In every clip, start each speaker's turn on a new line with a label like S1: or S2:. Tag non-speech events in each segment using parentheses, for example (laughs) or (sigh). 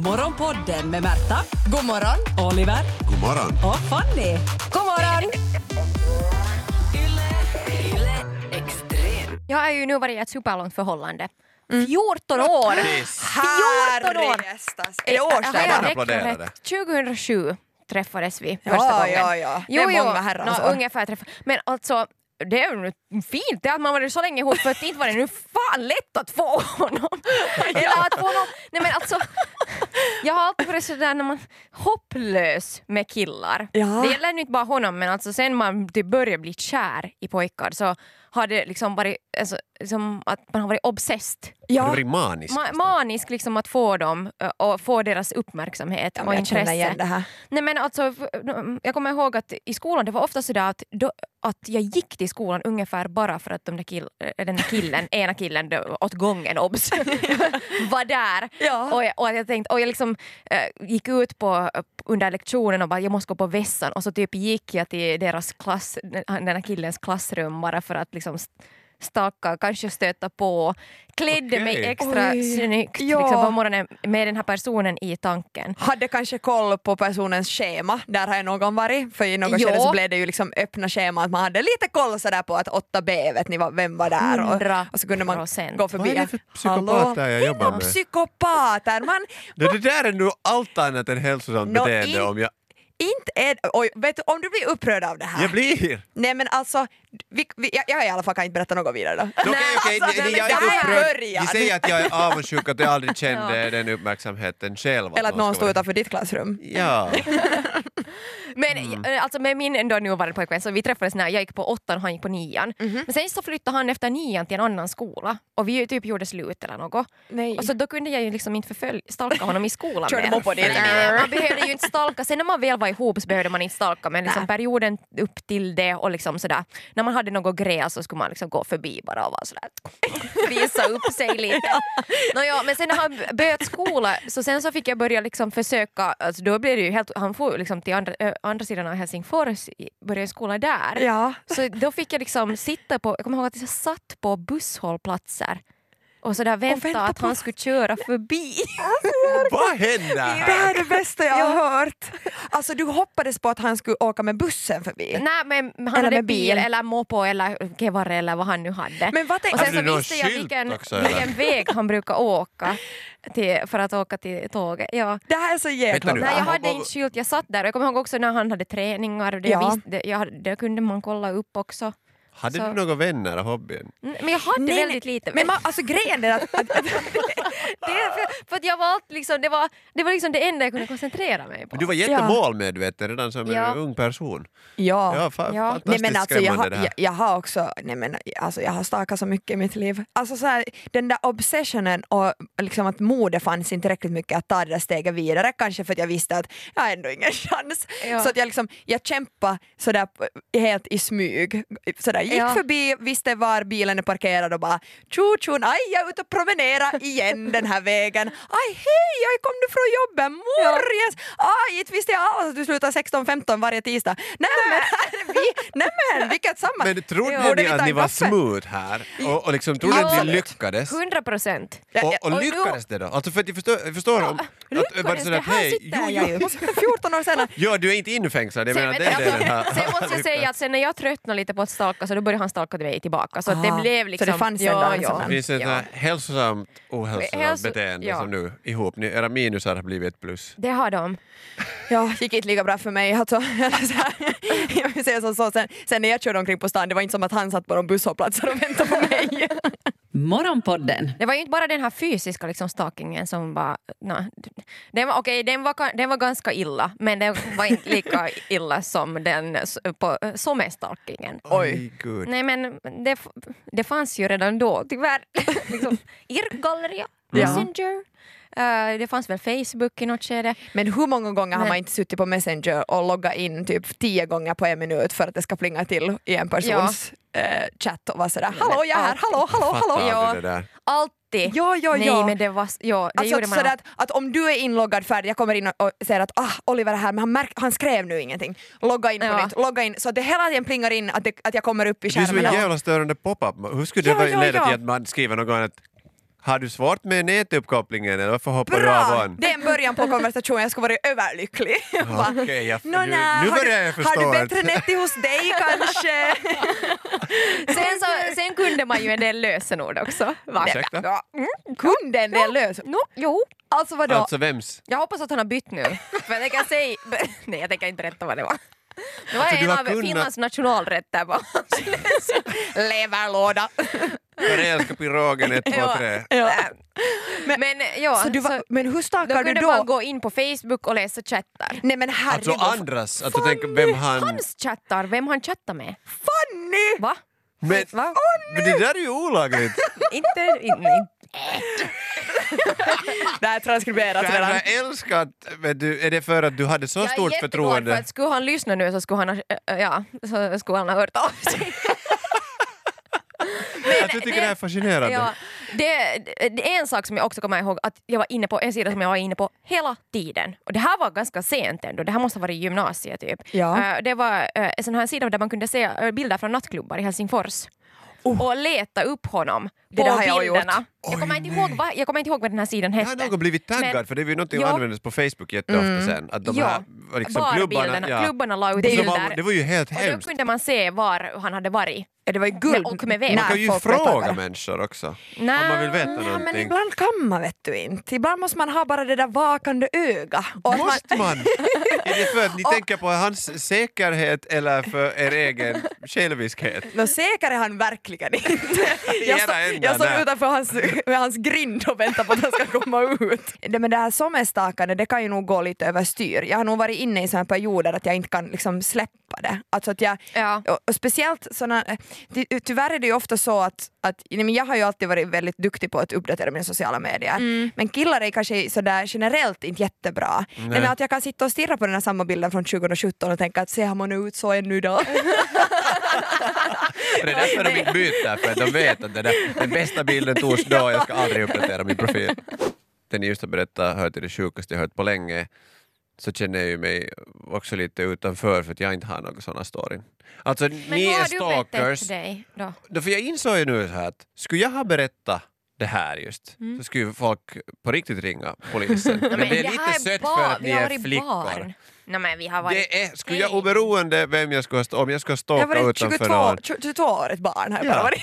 S1: Morgonpodden med Märta,
S2: God morgon!
S1: Oliver
S3: God morgon.
S1: och Fanny.
S2: God morgon! Jag har ju nu varit i ett superlångt förhållande. 14 år! 14 år!
S4: Herrejestas. Är det
S2: Har jag
S4: årsdagen?
S2: räknat
S5: applåderade.
S2: rätt? 2007 träffades vi
S4: Ja,
S2: första gången.
S4: ja, ja. Det
S2: Jo,
S4: är
S2: jo,
S4: många herrans
S2: nå,
S4: år.
S2: ungefär träffa. Men alltså, det är ju fint det att man varit så länge ihop för att inte var det nu fan lätt att få
S4: (laughs)
S2: honom. Eller att få någon, nej men alltså, jag har alltid varit sådär när man hopplös med killar.
S4: Ja.
S2: Det gäller ju inte bara honom men alltså sen man typ börjar bli kär i pojkar så har det liksom varit alltså, som att man har varit obsessed.
S5: Har du
S4: Ja,
S5: varit manisk?
S2: Ma- manisk liksom att få dem ö, och få deras uppmärksamhet
S4: Ja,
S2: och
S4: men jag känner igen det
S2: intresse.
S4: här.
S2: Nej, men alltså, f- n- jag kommer ihåg att i skolan det var ofta sådär att, då, att jag gick till skolan ungefär bara för att de där kill, äh, den där
S4: (laughs)
S2: killen, ena killen då, åt gången obs, var där.
S4: Ja.
S2: Och, jag, och jag tänkte, och jag liksom eh, gick ut på, under lektionen och bara jag måste gå på vässan och så typ gick jag till deras klass, den den här killens klassrum bara för att liksom st- staka, kanske stöta på, klädde mig
S5: Okej.
S2: extra
S4: Oj.
S2: snyggt
S4: Ja.
S2: liksom, på morgonen med den här personen i tanken.
S4: Hade kanske koll på personens schema, där har ju någon varit, för i något
S2: Ja.
S4: skede så blev det ju liksom öppna schema att man hade lite koll sådär på att 8B, vet ni vad, vem var där
S2: Hundra
S4: och, och så kunde man
S2: procent.
S4: gå förbi.
S5: Vad är det för
S4: Hallå?
S5: psykopater jag jobbar
S4: Inga
S5: med?
S4: Psykopater! Man,
S5: Det, det där är nog allt annat än hälsosamt
S4: Nå,
S5: beteende
S4: in-
S5: om jag...
S4: inte är, oj, vet du, om du blir upprörd av det här.
S5: Jag blir!
S4: Nej men alltså, vi, vi, jag, jag i alla fall kan inte berätta
S5: (laughs)
S4: något vidare då.
S5: Okej, okej,
S4: alltså,
S5: det- det-
S4: men
S5: jag är
S4: där
S5: inte upprörd.
S4: börjar
S5: Vi säger att jag är avundsjuk att jag aldrig kände den uppmärksamheten själv.
S4: Eller att någon
S5: ska
S4: stod
S5: vara-
S4: utanför ditt klassrum. (laughs)
S5: Ja.
S2: Men
S4: Mm.
S2: eh, alltså med min ändå nuvarande pojkvän, så vi träffades när jag gick på åttan och han gick på nian.
S4: Mhm.
S2: Men sen så flyttade han efter nian till en annan skola och vi ju typ gjorde slut eller något.
S4: Nej.
S2: Och så då kunde jag ju liksom inte förfölj- stalka honom i skolan
S4: Körde
S2: mer.
S4: moppo dit.
S2: Nej, Man behövde ju inte stalka, sen när man väl var ihop så behövde man inte stalka men liksom perioden upp till det och liksom sådär, när man hade något gräs så skulle man liksom gå förbi bara och vara sådär visa upp sig lite. Nåja, men sen när han började skola så sen så fick jag börja liksom försöka, alltså då blev det ju helt, han får liksom till andra, ö, andra sidan av Helsingfors, i- började skola där.
S4: Ja.
S2: Så då fick jag liksom sitta på, jag kommer ihåg att jag satt på busshållplatser och sådär vänta,
S4: vänta
S2: att
S4: på-
S2: han skulle (laughs) köra förbi.
S5: Vad händer
S4: Det här
S5: här?
S4: är det bästa jag har hört! Alltså du hoppades på att han skulle åka med bussen förbi.
S2: Nej men han
S4: Eller
S2: hade
S4: med
S2: bil
S4: bil.
S2: eller moppo eller kevarre eller vad han nu hade.
S4: Men vad tänk-
S2: och sen
S5: Hade
S2: så
S5: du någon
S2: visste jag
S5: skylt
S2: vilken,
S5: också, eller?
S2: vilken väg han brukar åka till, för att åka till tåget. Ja.
S4: Det här är så
S5: Vänta
S4: jäkla
S5: nu.
S2: Nej, jag
S5: Aha,
S2: hade
S5: vad-
S2: inte skylt, jag satt där. Jag kommer ihåg också när han hade träningar, och det, jag
S4: Ja.
S2: visste, det, jag, hade- det kunde man kolla upp också.
S5: Hade
S2: Så-
S5: du några vänner i hobbyn?
S2: Mm, Men jag hade
S4: Nej,
S2: väldigt
S4: nej.
S2: lite.
S4: Men man, alltså grejen är att, att
S2: det, är för, för att jag var allt liksom, det var, det var liksom det enda jag kunde koncentrera mig på.
S5: Men du var jättemålmedveten redan som
S2: Ja.
S5: en ung person.
S4: (laughs) ja.
S5: Ja, fa-
S2: Ja.
S4: Nej,
S5: fantastiskt
S4: men alltså, jag,
S5: skrämmande
S4: har,
S5: det här.
S4: jag, jag har också nej, men, alltså, jag har stakat så mycket i mitt liv. Alltså, så här, den där obsessionen och liksom, att mode fanns inte tillräckligt mycket att ta det där steget vidare. Kanske för att jag visste att jag har ändå ingen chans.
S2: Ja.
S4: Så att jag, liksom, jag kämpade sådär, p- helt i smyg. Sådär, gick
S2: Ja.
S4: förbi, visste var bilen är parkerad och bara tjo tjon, aj jag är ute och promenerar igen den här vägen. (laughs) Aj hej, jag kom nu från jobbet, morjes! Aj, inte visste jag alls att du slutar 16.15 varje tisdag. Nej men, (laughs) vi, nej, men vilket samma...
S5: Men trodde
S4: Ja. Borde
S5: ni
S4: vi
S5: att
S4: ta
S5: ni
S4: en
S5: var
S4: kaffe?
S5: smooth här? Och, och liksom, trodde ni att ni
S2: Absolut.
S5: lyckades?
S2: 100 procent.
S4: Ja, ja,
S5: Och, och
S2: och
S5: lyckades det då? Alltså för att jag förstår, jag förstår om...
S2: lyckades
S5: bara sådär
S2: det?
S5: att,
S2: Här
S5: hej,
S2: sitter
S5: jo,
S2: jag
S5: jo.
S2: ju.
S4: (laughs) 14 år senare.
S5: Ja, du är inte infängslad. Jag
S2: Sen,
S5: menar,
S2: vet
S5: det
S2: du,
S5: är det den
S2: (laughs) alltså,
S5: här.
S2: sen måste jag säga att sen när jag tröttnade lite på att stalka så då började han stalka till mig tillbaka. Så att det
S4: Ah,
S2: blev
S4: så
S2: liksom...
S4: det fanns ändå en sån
S5: Det
S4: där.
S5: finns ett
S2: ja.
S5: ja. hälsosamt ohälsosamt
S2: Hälso-
S5: beteende
S2: ja.
S5: som nu ihop. Ni, era minusar har blivit ett plus.
S2: Det har
S4: (laughs)
S2: de.
S4: Ja, gick inte lika bra för mig. Alltså, (laughs) eller så här. jag vill säga som så, sen, sen när jag körde omkring på stan, det var inte som att han satt på de busshållplatser och väntade på mig.
S1: Morgonpodden
S2: Det var ju inte bara den här fysiska liksom, stalkingen som var... na, den, var okej, den, var ka- den var ganska illa, men den var inte lika illa som den s- på eh, sommerstalkingen.
S5: Oj, gud.
S2: Nej men det, f- det fanns ju redan då tyvärr. (laughs) liksom, Irrgalleria, Messenger, eh, det fanns väl Facebook i något skede.
S4: Men hur många gånger har
S2: Men-
S4: man inte suttit på Messenger och loggat in typ tio gånger på en minut för att det ska plinga till i en persons eh, chatt och vara sådär hallå jag är här, hallå, hallå,
S5: Fattar
S4: hallå.
S5: aldrig
S2: Ja.
S5: det där.
S2: Alltid!
S4: Ja, ja,
S2: Nej
S4: ja.
S2: men det var... Ja, det
S4: Alltså
S2: gjorde
S4: att,
S2: man
S4: sådär att, att om du är inloggad färdig, jag kommer in och, och säger att ah, Oliver är här men han, märk, han skrev nu ingenting. Logga in på
S2: Ja.
S4: nytt, logga in. Så att det hela tiden plingar in att, det, att jag kommer upp i
S5: Det är som en
S4: skärmen.
S5: jävla störande pop-up. Hur skulle
S4: Ja,
S5: det
S4: ja,
S5: ja, leda
S4: ja.
S5: till att man skriver någon gång att Har du svårt med nätuppkopplingen eller varför hoppar du av
S4: Bra!
S5: on?
S4: Det är en början på konversationen, jag ska vara
S5: (laughs)
S4: överlycklig. Va?
S5: Okej, jag-
S4: Nå,
S5: du-
S4: nä,
S5: nu
S4: har
S5: börjar
S4: du-
S5: jag förstå
S4: Har du
S5: allt.
S4: bättre nätti hos dig kanske? (laughs)
S2: Sen, så, sen kunde man ju en del lösenord också. Va?
S5: Ursäkta?
S4: Ja, mm, kunde en del lösa.
S2: No, jo.
S4: Alltså vadå?
S5: Alltså vems?
S2: Jag hoppas att han har bytt nu. För jag tänker säga... (laughs) Nej, jag tänker inte berätta vad det var. Det var
S5: Alltså, du
S2: en
S5: har
S2: av
S5: kunnat-
S2: Finlands
S5: (laughs)
S2: nationalrätter. på hans lösen.
S4: Leverlåda.
S5: Karelska pirogen 1, 2,
S2: Ja.
S5: 3.
S4: Ja.
S2: Men, ja, alltså,
S4: Så du var, men hur
S2: då
S4: stakar du
S2: kunde
S4: då?
S2: man gå in på Facebook och läsa chattar.
S4: Nej men
S5: Alltså
S4: herregud.
S5: andras, att du tänker vem han...
S2: Hans chattar, vem han chattar med.
S4: Fanny!
S2: Va?
S5: Men,
S2: Va?
S5: men det där är ju
S2: (laughs)
S5: olagligt!
S2: Inte... In, in.
S4: Det här är transkriberat
S5: Jag
S4: redan.
S5: hade älskat, men du, är det för att du hade så
S2: Alltså, Jag är
S5: stort
S2: jätteglad för
S5: förtroende?
S2: att skulle han lyssna nu så skulle han ha, äh, ja, så skulle han ha hört av
S5: (laughs)
S2: sig. Men
S5: Att du tycker det här är fascinerande?
S2: Ja, det, det, det är en sak som jag också kommer ihåg att jag var inne på, en sida som jag var inne på hela tiden. Och det här var ganska sent ändå, det här måste ha varit i gymnasiet typ.
S4: Ja.
S2: Eh, det var eh, en sån här sida där man kunde se eh, bilder från nattklubbar i Helsingfors. Och leta upp honom
S4: Det
S2: på
S4: där har jag gjort.
S2: bilderna. Jag,
S5: Oh. Oj,
S2: kommer inte
S5: nej.
S2: ihåg vad, jag kommer inte ihåg vad den här sidan
S5: Jag har
S2: hette.
S5: någon gång blivit taggad
S2: Men-
S5: för det är ju någonting som
S2: Ja. Mm.
S5: användes på Facebook jätteofta sen. Att de här liksom, klubbarna,
S2: Barbilderna, klubbarna la ut
S5: Så
S2: bilder.
S5: de var, det var ju helt
S2: och då
S5: hemskt.
S2: kunde man se var han hade varit.
S4: Ja, Det var ju guld.
S2: Men- och med vem?
S4: när
S5: Man kan ju
S4: folk vet om
S5: fråga
S4: det.
S5: människor också
S2: Nej.
S5: om man vill veta
S4: Ja, men
S5: någonting.
S4: ibland kan man vet du inte. Ibland måste man ha bara det där vakande öga. Och att man,
S5: Måste
S2: (laughs)
S5: man? Är det för att ni tänker på hans säkerhet eller för er egen själviskhet?
S4: Nå, säker är han
S5: (laughs)
S4: verkligen inte.
S5: ena
S4: Jag, stå,
S5: änden
S4: jag står
S5: där.
S4: utanför hans, med hans grind och väntar på att han ska komma ut. Nej, men det här sommarstakandet det kan ju nog gå lite överstyr. Jag har nog varit inne i såna här perioder att jag inte kan liksom släppa det. Alltså att jag,
S2: Ja.
S4: och, och speciellt såna, ty, tyvärr är det ju ofta så att, att nej, men jag har ju alltid varit väldigt duktig på att uppdatera mina sociala medier. Men killar är kanske sådär generellt inte jättebra. Nej. men att jag kan sitta och stirra på den här samma bilden från 2017 och tänka att ser man ut så ännu idag?
S5: Och det är därför de inte byter, för att de vet att det där, den bästa bilden togs då, jag ska aldrig uppdatera min profil. Det ni just har berättat hör till det sjukaste jag hört på länge. Så känner jag ju mig också lite utanför för att jag inte har några sådana storyn. Alltså
S2: Men
S5: ni
S2: hur
S5: är
S2: har du bett
S5: stalkers.
S2: efter dig då?
S5: Då, för jag insåg ju nu så här att skulle jag ha berättat det här just
S2: Mm.
S5: så skulle ju folk på riktigt ringa
S2: (laughs)
S5: polisen. men, det är
S2: här
S5: lite sött
S2: bar-
S5: för att
S2: vi
S5: ni
S2: har
S5: är
S2: varit
S5: flickor.
S2: barn. Nej men vi har varit...
S5: Det är, skulle jag
S2: Hej.
S5: oberoende vem jag skulle, ha st- om jag skulle
S4: Jag
S5: stalka
S4: var
S5: utanför någon
S4: 22, 22 år ett barn här bara.
S5: Ja.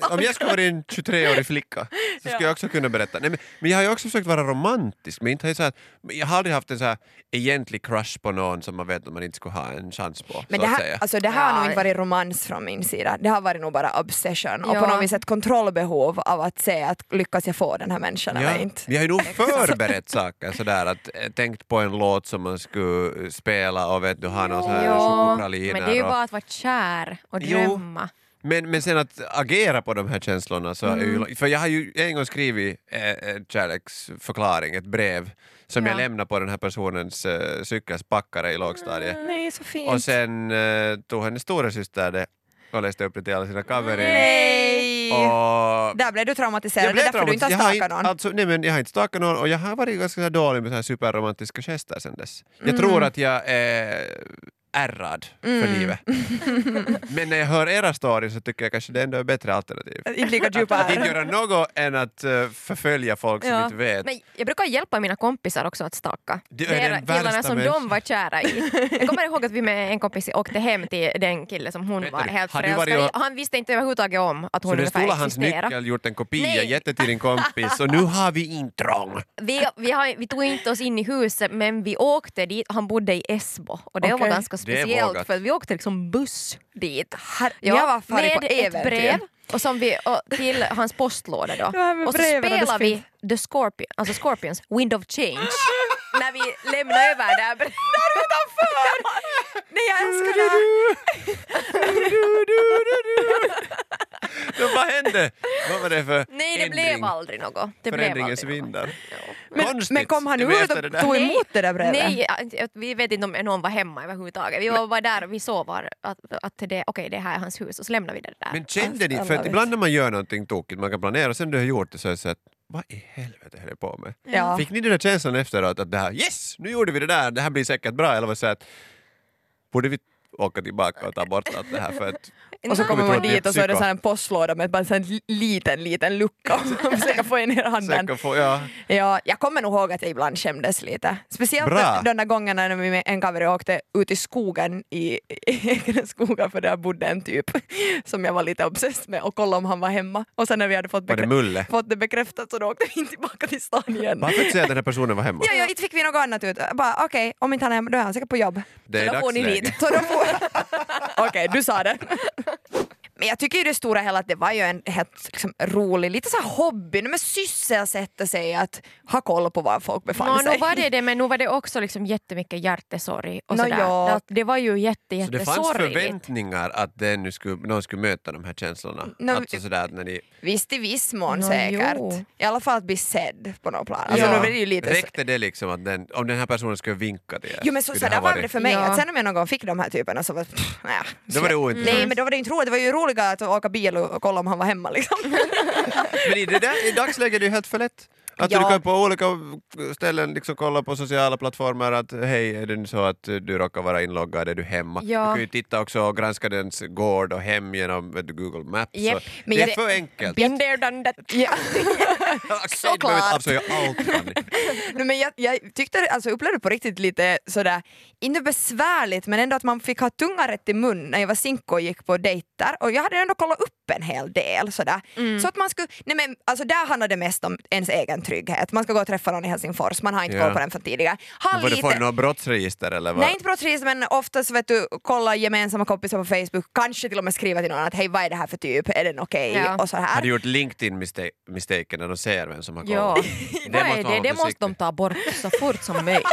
S5: Jag, om jag skulle vara en 23-årig
S4: (laughs)
S5: flicka så skulle jag också kunna berätta. Nej, men, men jag har ju också försökt vara romantisk, men inte har jag, så här, men jag har aldrig haft en så här egentlig crush på någon som man vet att man inte skulle ha en chans på.
S4: Men
S5: så
S4: det
S5: att
S4: här,
S5: säga.
S4: alltså det här har
S2: Ja.
S4: nog inte varit romans från min sida. Det har varit nog bara obsession och
S2: Ja.
S4: på något vis ett kontrollbehov av att se att lyckas jag få den här människan
S5: Ja,
S4: eller inte. Alltså-
S5: Vi har ju
S4: (laughs)
S5: nog förberett saker sådär, att eh, tänkt på en låt som man skulle spela och vet du, ha någon sån här
S2: Ja,
S5: chokopralinor
S2: men det är ju
S5: och-
S2: bara att vara kär och
S5: Jo.
S2: drömma.
S5: Men, men sen att agera på de här känslorna, så
S4: Mm.
S5: är ju, för jag har ju en gång skrivit eh, en kärleksförklaring, ett brev som
S2: Ja.
S5: jag lämnade på den här personens eh, cykels packare i lågstadiet.
S4: Nej, så Mm, fint.
S5: Och sen eh, tog hennes storasyster det och läste upp det till alla sina kamrater.
S4: Nej!
S5: Och
S4: Där blev du traumatiserad, det är därför du inte har
S5: Jag har
S4: stakat
S5: inte,
S4: någon.
S5: alltså, nej, men jag har inte stakat någon och jag har varit ganska så här dålig med så här superromantiska gester sen dess. Jag
S4: Mm.
S5: tror att jag är ärrad för
S4: (laughs)
S5: livet. men när jag hör era stories så tycker jag kanske det ändå är bättre alternativ.
S4: Inte lika djupa
S5: Att inte
S4: här.
S5: göra något än att eh, förfölja folk som
S2: Ja.
S5: inte vet.
S2: Men jag brukar hjälpa mina kompisar också att staka.
S5: Du är
S2: Det
S5: den
S2: är killarna
S5: värsta
S2: som
S5: människan.
S2: de var kära i. Jag kommer ihåg att vi med en kompis åkte hem till den kille som hon
S5: Vänta
S2: var
S5: nu,
S2: helt
S5: har du
S2: förälskad i.
S5: varit och-
S2: Han visste inte överhuvudtaget om att hon
S5: så du
S2: ungefär
S5: stulade hans
S2: existerade.
S5: nyckel, gjort en kopia,
S2: Nej.
S5: gett till din kompis och nu har vi intrång.
S2: Vi, vi, har, vi tog inte oss in i huset men vi åkte dit, han bodde i Esbo och det var
S4: Okej.
S2: ganska
S5: Det är vågat.
S2: speciellt för att vi åkte liksom buss dit.
S4: ni har varit fan på
S2: med ett
S4: äventyr.
S2: brev och som vi, och till hans postlåda då.
S4: Det här med
S2: Och så
S4: breven hade
S2: spelade vi
S4: sprit.
S2: The Scorpion, alltså Scorpions Wind of Change när vi lämnade över det här brevet.
S4: Nej, jag älskar det här.
S5: Men vad hände? Vad var det för
S2: Nej det
S5: ändring?
S2: blev aldrig något. Det blev
S5: Förändringens
S2: aldrig något.
S5: vindar.
S4: Men,
S5: Konstigt.
S4: men kom han
S5: Det blev
S4: ut
S5: efter det
S4: och
S5: där.
S4: tog
S2: Nej.
S4: emot det där brevet?
S2: Nej, jag- vi vet inte om någon var hemma överhuvudtaget. Vi var bara där och vi såg var att, att det, okej, det här är hans hus och så lämnade vi det där.
S5: Men kände ni,
S4: Alla
S5: för att
S4: vet.
S5: ibland när man gör någonting tokigt, man kan planera, och sen du har gjort det så är det så att vad i helvete höll jag på med?
S4: Ja.
S5: Fick ni den där känslan efteråt att det här, yes, nu gjorde vi det där, det här blir säkert bra, eller var det så att borde vi åka tillbaka och ta bort allt det här för
S4: (laughs)
S5: att...
S4: Och så
S5: Ni
S4: kommer
S5: tro
S4: man
S5: att ni är
S4: dit och så är det
S5: psyko.
S4: så här en postlåda med bara så här en liten, liten lucka och försöka få in i handen.
S5: Säkert få, ja.
S4: Ja, jag kommer nog ihåg att jag ibland skämdes lite. Speciellt
S5: Bra.
S4: de där gångerna när vi med en kaveri åkte ut i skogen i i egna skogar för där bodde en typ som jag var lite obsess med och kollade om han var hemma. Och sen när vi hade fått,
S5: Var det
S4: bekrä-
S5: Mulle?
S4: fått det bekräftat så då åkte vi in tillbaka till stan igen.
S5: Varför inte säga att den här personen var hemma?
S4: Ja, ja, inte fick vi något annat ut. Jag Bara okej, om inte han är hemma då är han säkert på jobb.
S5: Det är
S4: så då får ni
S5: dagsläge.
S4: hit. Så då får... (laughs) Okej, du sa det. Men jag tycker i det stora hela att det var ju en helt liksom, rolig, lite så här hobby, men sysselsätta sig att ha koll på var folk befann
S2: Nå,
S4: sig.
S2: nu var det det, men nu var det också liksom jättemycket hjärtesorg och
S4: Nå,
S2: sådär.
S4: ja.
S2: Det- Det var ju jätte,
S5: Så det fanns
S2: jättesorgligt.
S5: förväntningar att den nu skulle, någon skulle möta de här känslorna?
S4: Nå,
S5: alltså sådär att när ni...
S4: Visst i viss mån
S2: Nå,
S4: säkert.
S2: jo.
S4: I alla fall att bli sedd på något plan. Alltså,
S2: Ja.
S4: nu var det ju lite så...
S5: Räckte det liksom att den, om den här personen skulle vinka till er?
S4: Jo men så,
S5: skulle
S4: så
S5: det här
S4: där var
S5: varit-
S4: det för mig,
S2: Ja.
S4: att sen om jag någon gång fick de här typerna så var pff, nja.
S5: Då var det ointressant.
S4: Nej men då var det inte roligt, det var ju roligare att åka bil och kolla om han var hemma liksom.
S5: Men i, det där, i dagsläget är det ju helt för lätt. Att
S4: Ja.
S5: du kan på olika ställen liksom kolla på sociala plattformar att hej, är det nu så att du råkar vara inloggad, är du hemma?
S2: Ja.
S5: Du kan ju titta också och granska dens gård och hem genom vet du, Google Maps.
S2: Japp,
S5: Så
S4: men
S5: det
S4: jag-
S5: är för enkelt.
S2: Been there, done that.
S4: Ja.
S5: (laughs) Okej, du behöver inte avslöja allt.
S2: (laughs)
S5: Fanny.
S4: Nej, men jag, jag tyckte, alltså jag upplevde på riktigt lite sådär, inte besvärligt men ändå att man fick ha tungan rätt i mun när jag var sinko och gick på dejter och jag hade ändå kollat upp en hel del sådär. Så att man skulle, nej men alltså där handlar det mest om ens egen trygghet. Man ska gå och träffa någon i Helsingfors, man har inte
S5: Ja.
S4: koll på den från tidigare. Ha
S5: Var det
S4: lite,
S5: för några brottsregister eller? Vad?
S4: Nej inte brottsregister men oftast vet du, kolla gemensamma kompisar på Facebook, kanske till och med skriva till någon att hej vad är det här för typ, är den okej
S2: Ja.
S4: och så här.
S5: Har du gjort LinkedIn-mistaken när de ser vem som har
S2: Ja.
S5: kollat?
S2: (laughs) Vad är
S5: man
S2: det?
S5: vara
S2: det måste de
S5: försiktig.
S2: ta bort så fort som möjligt.
S4: (laughs)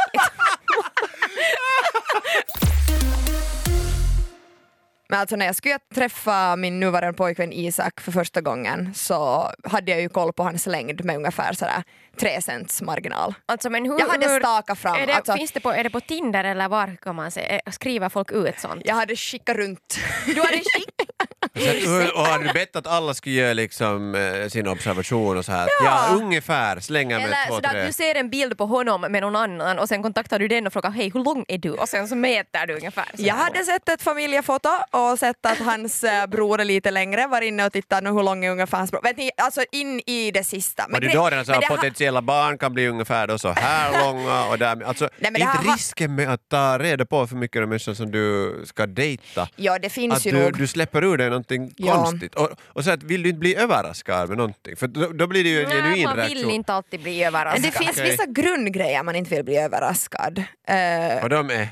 S4: Men alltså när jag skulle träffa min nuvarande pojkvän Isak för första gången så hade jag ju koll på hans längd med ungefär sådär tre cents marginal.
S2: Alltså, men hur,
S4: Jag hade
S2: hur,
S4: stakat fram,
S2: Är det,
S4: alltså-
S2: finns det på, är det på Tinder eller var kan man se, eh, skriver folk ut sånt?
S4: Jag hade skickat runt.
S2: Du hade skickat
S5: Så att, hur- och har du bett att alla ska göra liksom, eh, sin observation och så här? Ja, ungefär, slänga med
S2: Eller
S5: två,
S2: sådär,
S5: tre.
S2: du ser en bild på honom med någon annan och sen kontaktar du den och frågar hej hur lång är du? Och sen så mäter du ungefär. Så
S4: (laughs) Jag
S2: här.
S4: hade sett ett familjefoto och sett att hans eh, bror är lite längre, var inne och tittade nu hur lång är ungefär hans bror. Vet ni, alltså in i det sista.
S5: Men det är
S4: gre-
S5: då redan så
S4: men
S5: att
S4: det ha-
S5: alltså, potentiella barn kan bli ungefär då så här långa och där, alltså,
S4: men det
S5: inte
S4: här har-
S5: risken med att ta reda på för mycket om människor som du ska dejta.
S4: Ja det finns
S5: Att
S4: ju
S5: du,
S4: nog.
S5: du släpper ur dig någonting
S4: Ja.
S5: konstigt. Och, och så att vill du inte bli överraskad med någonting? För då, då blir det ju en
S2: Nej,
S5: genuin
S2: man vill
S5: reaktion.
S2: inte alltid bli alltså. överraskad.
S4: Men det finns
S5: Okej.
S4: vissa grundgrejer man inte vill bli överraskad. Eh,
S5: Och de är...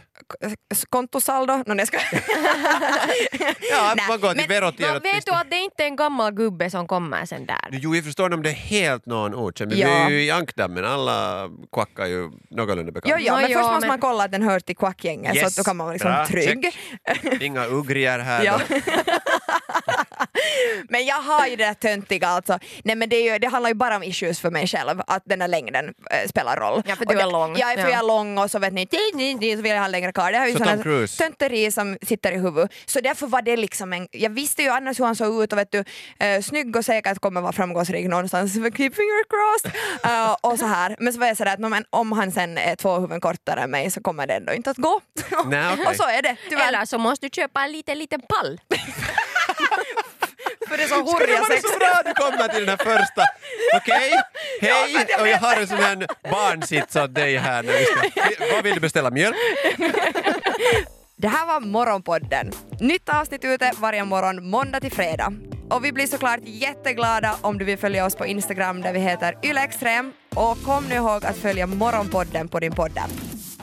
S4: kontosaldo? Nå, nej, jag skojar.
S5: Ja,
S4: Nej,
S5: man går till
S4: men
S5: verot
S2: Vad vet du att det inte är en gammal gubbe som kommer sen där?
S5: Jo, jag förstår om det är helt någon okänd. Men
S4: Ja.
S5: Vi är ju i ankdammen, alla kvackar ju någorlunda
S4: Jo,
S5: bekanta.
S4: jo,
S2: Nå,
S4: men
S2: ja,
S4: först måste
S2: men-
S4: man kolla att den hör till quackgänget så
S5: Yes,
S4: att då kan man vara liksom
S5: bra,
S4: trygg.
S5: check. Inga uggrier här
S4: (laughs) Ja.
S5: då.
S4: Men jag har ju det där töntiga alltså. Nej men det, är ju, det handlar ju bara om issues för mig själv, att den här längden eh, spelar roll.
S2: Ja, för
S4: Och
S2: du är
S4: det-
S2: lång.
S4: Ja, för
S2: Ja.
S4: jag är lång och så vet ni, ti, ti, ti, så vill jag ha längre karl. Det har ju
S5: Så Tom
S4: sådana
S5: Cruise.
S4: tönteri som sitter i huvudet. Så därför var det liksom en, jag visste ju annars hur han såg ut och vet du, eh, snygg och säkert kommer vara framgångsrik någonstans, keep finger
S2: (laughs)
S4: crossed. Eh, och så här. Men så var jag sådär att "Nå, men om han sen är två huvuden kortare än mig så kommer det ändå inte att gå.
S5: Nej, okej.
S4: (laughs) och så är det tyvärr.
S2: Eller så måste du köpa en liten, liten pall.
S4: För det är så
S5: Skulle
S4: horriga
S5: det vara
S4: sex.
S5: så bra att du kommer till den här första?
S4: (laughs)
S5: Okej, hej! Och jag har en sån här barnsits åt dig här. När vi
S4: (laughs)
S5: ska... Vad vill du beställa? Mjölk?
S4: Det här var Morgonpodden. Nytt avsnitt ute varje morgon måndag till fredag. Och vi blir såklart jätteglada om du vill följa oss på Instagram där vi heter ylextrem. Och kom nu ihåg att följa Morgonpodden på din poddapp.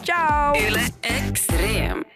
S4: Ciao!
S3: Yle Extrem.